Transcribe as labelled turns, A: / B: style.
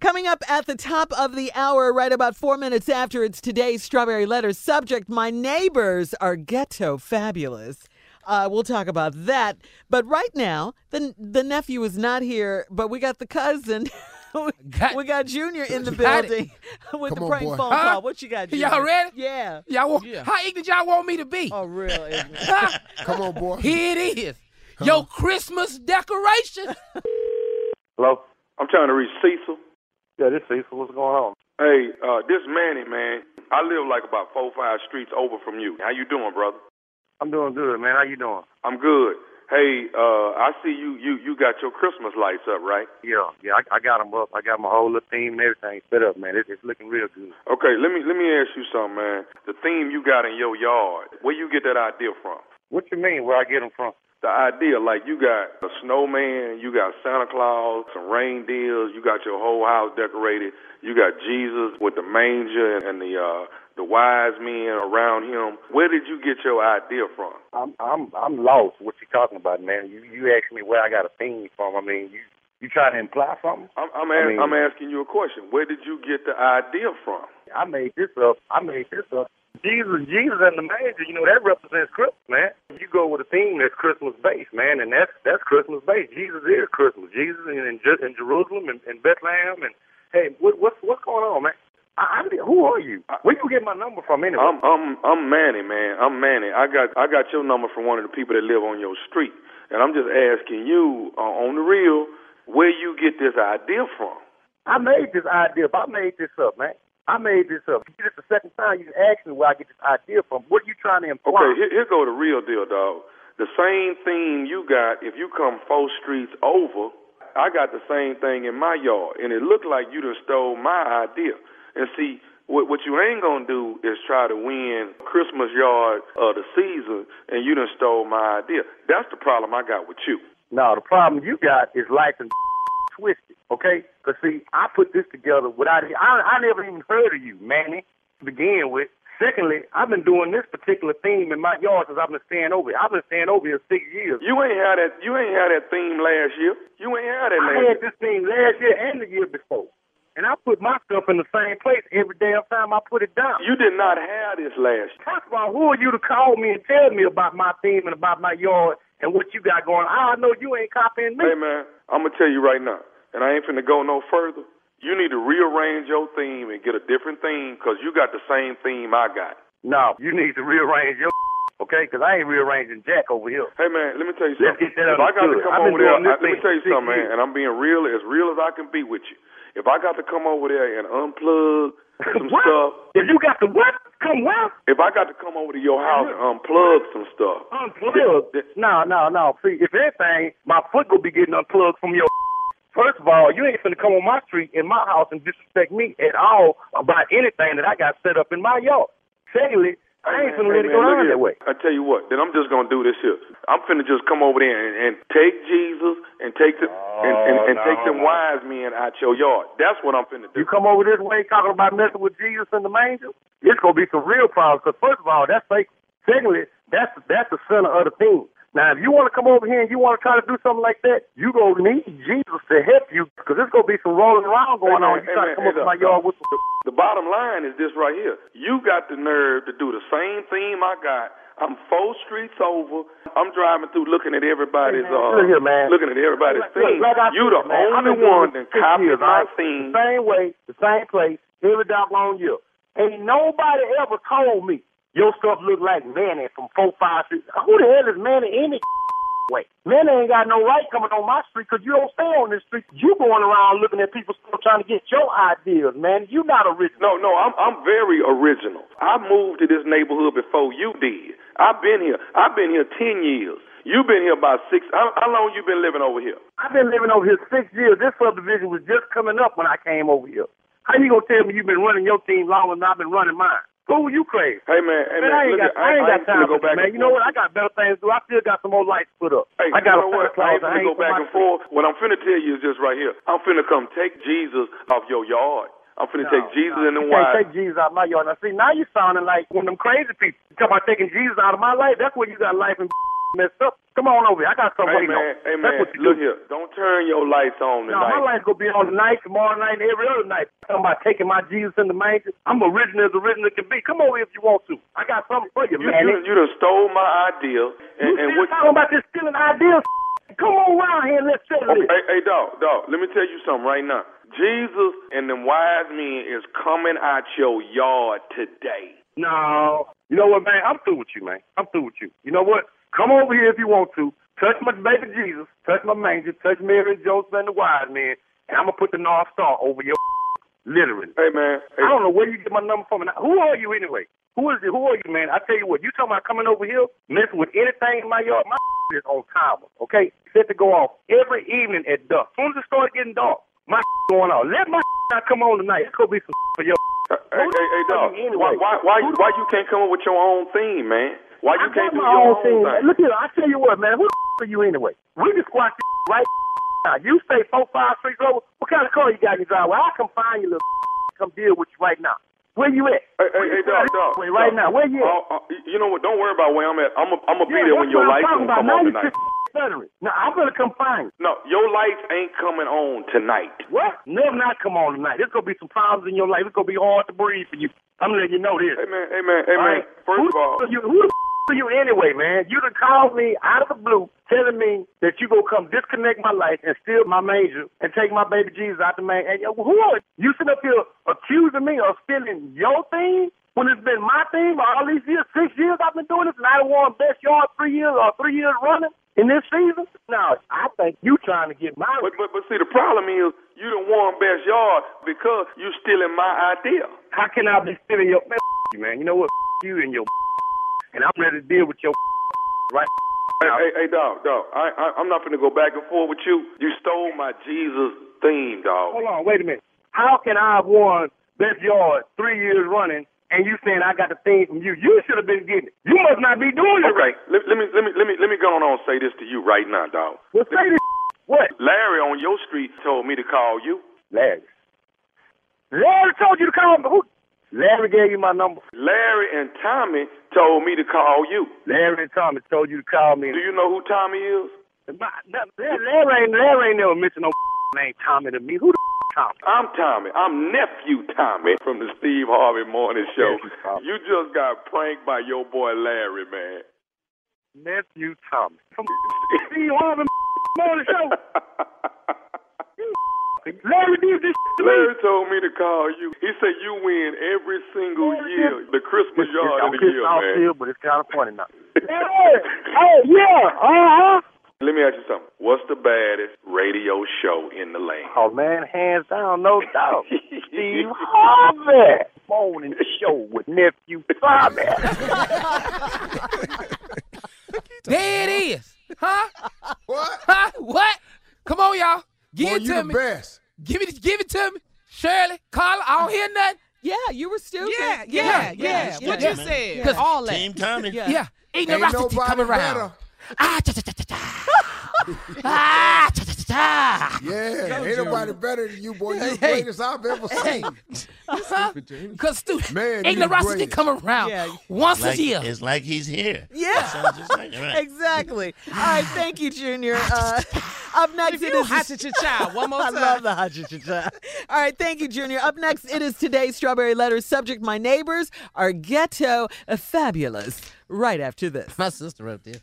A: Coming up at the top of the hour, right about four minutes after it's today's Strawberry Letter subject, my neighbors are ghetto fabulous. Uh, we'll talk about that. But right now, the the nephew is not here, but we got the cousin. we,
B: Got-
A: we got Junior in the
B: Got it.
A: building with
C: Come
A: the
C: on,
A: prank
C: boy.
A: phone
B: Huh?
A: call. What you got, Junior?
B: Y'all ready?
A: Yeah.
B: Y'all want,
D: Yeah.
B: how ignorant y'all want me to be?
A: Oh, really?
B: Huh?
C: Come on, boy.
B: Here it is. Your Christmas decoration.
E: Hello? I'm trying to reach Cecil.
F: Yeah, this Cecil, what's going on?
E: Hey, uh, this Manny, man. I live like about four, five streets over from you. How you doing, brother?
F: I'm doing good, man. How you doing?
E: I'm good. Hey, uh, I see you, you, you got your Christmas lights up, right?
F: Yeah, yeah, I, I got 'em up. I got my whole little theme and everything set up, man. It's, it's looking real good.
E: Okay, let me, let me ask you something, man. The theme you got in your yard, where you get that idea from?
F: What you mean? Where I get 'em from?
E: The idea, like you got a snowman, you got Santa Claus, some reindeers, you got your whole house decorated, you got Jesus with the manger and, and the uh, the wise men around him. Where did you get your idea from?
F: I'm I'm I'm lost. What you talking about, man? You you asked me where I got a theme from. I mean, you you trying to imply something?
E: I'm I'm,
F: I
E: a
F: mean-
E: am asking you a question. Where did you get the idea from?
F: I made this up. I made this up. Jesus, Jesus and the manger, you know, that represents Christmas, man. You go with a theme that's Christmas based, man, and that's that's Christmas based. Jesus is Christmas. Jesus in in, Jer- in Jerusalem and in Bethlehem, and hey, what, what's what's going on, man? I, I, who are you? Where you get my number from anyway?
E: I'm I'm I'm Manny, man. I'm Manny. I got I got your number from one of the people that live on your street, and I'm just asking you uh, on the real where you get this idea from.
F: I made this idea up. I made this up, man. I made this up. This is the second time you asked me where I get this idea from. What are you trying to imply?
E: Okay, here, here go the real deal, dog. The same theme you got if you come four streets over, I got the same thing in my yard, and it looked like you done stole my idea. And see, what what you ain't gonna do is try to win Christmas yard of the season, and you done stole my idea. That's the problem I got with you.
F: No, the problem you got is license twisted, okay? Because, see, I put this together without it. I, I never even heard of you, Manny, to begin with. Secondly, I've been doing this particular theme in my yard since I've been staying over here. I've been staying over here six years.
E: You ain't had that. You ain't had that theme last year. You ain't had that
F: I
E: last year.
F: had this theme last year and the year before. And I put my stuff in the same place every damn time I put it down.
E: You did not have this last year.
F: First of all, who are you to call me and tell me about my theme and about my yard and what you got going on? I know you ain't copying me.
E: Hey man, I'm gonna tell you right now, and I ain't finna go no further. You need to rearrange your theme and get a different theme 'cause you got the same theme I got.
F: No, you need to rearrange your okay? Because I ain't rearranging Jack over here.
E: Hey man, let me tell you
F: Let's
E: something.
F: get that
E: if I got to
F: understood.
E: come
F: I've been
E: over there,
F: doing this
E: I- let me
F: thing
E: tell you
F: for six
E: something, man,
F: years.
E: and I'm being real, as real as I can be with you. If I got to come over there and unplug some
F: what?
E: stuff,
F: If you got the what? Come what?
E: if I got to come over to your house and unplug some stuff,
F: Unplugged. No, no, no. See, if anything, my foot will be getting unplugged from your. First of all, you ain't finna come on my street in my house and disrespect me at all about anything that I got set up in my yard. Secondly, I ain't
E: Hey,
F: finna
E: man,
F: let it
E: hey,
F: go
E: man, look
F: down
E: here.
F: that way.
E: I tell you what, then I'm just gonna do this here. I'm finna just come over there and, and take Jesus and take the and, and, and
F: Oh,
E: take
F: no,
E: them
F: no.
E: wise men out your yard. That's what I'm finna
F: You
E: do.
F: come over this way talking about messing with Jesus in the manger, it's gonna be some real problems. Because first of all, that's fake. Secondly, that's that's the center of the thing. Now, if you want to come over here and you want to try to do something like that, you gonna need Jesus to help you because there's gonna be some rolling around
E: Hey,
F: going
E: man,
F: on. You
E: hey,
F: try
E: man,
F: to come
E: hey,
F: over to
E: look,
F: my yard with some.
E: The bottom line is this right here. You got the nerve to do the same thing I got. I'm four streets over. I'm driving through looking at everybody's
F: Hey, man,
E: uh
F: look here, man.
E: looking at everybody's
F: Look,
E: theme.
F: look, like I
E: you
F: said, man,
E: the
F: I've been
E: only
F: doing
E: one
F: this
E: that
F: six
E: copied
F: years,
E: my
F: right?
E: theme.
F: The same way, the same place, every doggone year. Ain't nobody ever told me your stuff look like Manny from four five six. Who the hell is Manny any way? Manny ain't got no right coming on my street 'cause you don't stay on this street. You going around looking at people still trying to get your ideas, man. You not original.
E: No, no, I'm I'm very original. I moved to this neighborhood before you did. I've been here. I've been here ten years. You've been here about six. How, how long you been living over here?
F: I've been living over here six years. This subdivision was just coming up when I came over here. How you gonna tell me you've been running your team longer than I've been running mine? Who you crazy?
E: Hey man, hey
F: Man,
E: man,
F: I ain't
E: look
F: got,
E: here,
F: I ain't got
E: finna
F: time for
E: go
F: this,
E: back
F: man.
E: and
F: You know what? I
E: forth.
F: got better things to do. I still got some more lights put up.
E: Hey,
F: I got a
E: you know what?
F: Santa Claus.
E: I ain't finna
F: I
E: go
F: ain't
E: back
F: for
E: and
F: my-
E: forth. What I'm finna tell you is just right here. I'm finna come take Jesus off your yard. I'm finna take Jesus and
F: You
E: them
F: can't
E: wives.
F: take Jesus out of my yard. Now, see, now you sounding like one of them crazy people. You talking about taking Jesus out of my life? That's where you got life and messed up. Come on over here. I got something waiting
E: Hey man,
F: on. That's
E: hey man,
F: what you
E: look
F: do.
E: here. Don't turn your lights on
F: No, my
E: tonight.
F: life gonna be on tonight, tomorrow night, and every other night. Talking about taking my Jesus in the manger. I'm original as original can be. Come over here if you want to. I got something for you,
E: You,
F: man.
E: you, you done stole my idea. And,
F: you
E: and
F: still
E: what?
F: talking about this stealing ideas? Come on around here and let's settle
E: Okay,
F: this.
E: hey, hey, dog, dog. Let me tell you something right now. Jesus and them wise men is coming out your yard today.
F: No. You know what, man? I'm through with you, man. I'm through with you. You know what? Come over here if you want to. Touch my baby Jesus. Touch my manger. Touch Mary and Joseph and the wise men. And I'm going to put the North Star over your literally.
E: Hey man, hey,
F: I don't know where you get my number from. And I- who are you anyway? Who is it? Who are you, man? I tell you what, you talking about coming over here, messing with anything in my yard, my is on timer, okay? Set to go off every evening at dusk. As soon as it starts getting dark, my going off. Let my not come on tonight. It's going to be some for your
E: hey, hey, hey, dog.
F: Anyway.
E: Why, why, why,
F: Who the-
E: why you can't come up with your own theme, man? Why you
F: I got
E: can't do
F: my
E: your
F: own
E: own
F: thing.
E: thing?
F: Look here, I tell you what, man. Who the are you anyway? We can squat this right now. You stay four, five streets over. What kind of car you got in your driveway? I come find you, little. Come deal with you right now. Where you at?
E: Hey, hey,
F: We
E: hey,
F: can squat
E: dog, dog.
F: this way Right
E: dog.
F: now, where you at?
E: Oh, oh, you know what? Don't worry about where I'm at. I'm gonna
F: Yeah,
E: be there when
F: that's
E: your
F: what I'm
E: lights
F: talking
E: gonna
F: about.
E: come
F: now
E: on
F: you
E: tonight.
F: just stuttering. Now I'm gonna come find you.
E: No, your lights ain't coming on tonight.
F: What? Never not come on tonight. There's gonna be some problems in your life. It's gonna be hard to breathe for you. I'm letting you know this.
E: Hey man, hey man, hey
F: All
E: man.
F: right?
E: First
F: who
E: of all,
F: the f- are you, who the f- are you anyway, man? You done called me out of the blue, telling me that you gonna come disconnect my life and steal my major and take my baby Jesus out the man. And yo, who are you? You sit up here accusing me of stealing your thing when it's been my thing for all these years, six years I've been doing this, and I won best yard three years or three years running in this season. No, I think you trying to get my.
E: but but but see, the problem is you done won best yard because you stealing my idea.
F: How can I be stealing your man? f- you, Man, you know what? F- You and your, f- and I'm ready to deal with your f- right.
E: Hey, hey, hey dog, dog. I, I I'm not gonna go back and forth with you. You stole my Jesus theme, dog.
F: Hold on, wait a minute. How can I have won best yard three years running and you saying I got the thing from you? You should have been getting it. You must not be doing it
E: Okay,
F: right.
E: let, let me let me let me let me go on and say this to you right now, dog.
F: Well, say this. What?
E: Larry on your street told me to call you.
F: Larry. Larry told you to call me. Who? Larry gave you my number.
E: Larry and Tommy told me to call you.
F: Larry and Thomas told you to call me.
E: Do you know who Tommy is?
F: My, that- Larry, ain't, Larry ain't never mentioned no name Tommy to me. Who the Tommy?
E: I'm Tommy. I'm nephew Tommy from the Steve Harvey Morning Show.
F: Nephew Tommy.
E: You just got pranked by your boy Larry, man.
F: Nephew Tommy. Come see all the morning show. Larry did this to me.
E: Larry told me to call you. He said you win every single year, the Christmas
F: It's- it's-
E: yard
F: I'm
E: of the
F: pissed
E: year,
F: off
E: man.
F: still, but it's kind of funny now. oh yeah, uh huh.
E: Let me ask you something. What's the baddest radio show in the land?
F: Oh man, hands down, no doubt. Steve Harvey morning show with nephew Tommy.
B: There it is. Huh? What? Huh? What? Come on, y'all. Give
C: Boy,
B: it
C: you
B: to
C: the
B: me.
C: best.
B: Give it give it to me. Shirley, Carla, I don't hear nothing.
A: Yeah, you were stupid.
D: Yeah, yeah, yeah. What you said?
A: Yeah.
D: All that.
G: Team Tommy.
A: Yeah.
B: Yeah.
C: Ain't
B: Ignorosity
C: nobody
B: coming
C: better.
B: around. Ah, cha cha cha cha cha. ah, cha cha cha cha.
C: Yeah, ain't nobody better than you, boy. You're the
B: Hey.
C: greatest I've ever seen.
B: Because stupid
C: Man, you the
B: ignorosity
C: greatest.
B: come around
A: Yeah.
B: once
G: Like,
B: a year.
G: It's like he's here.
A: Yeah.
G: That sounds just like, all right.
A: Exactly. All right, thank you, Junior. Uh, up next,
D: If
A: it
D: you
A: is.
D: hot to your child one more
A: I
D: time.
A: love the hot cha-cha-cha. All right, thank you, Junior. Up next, it is today's Strawberry Letters. Subject My neighbors are ghetto fabulous. Right after this.
D: My sister wrote this.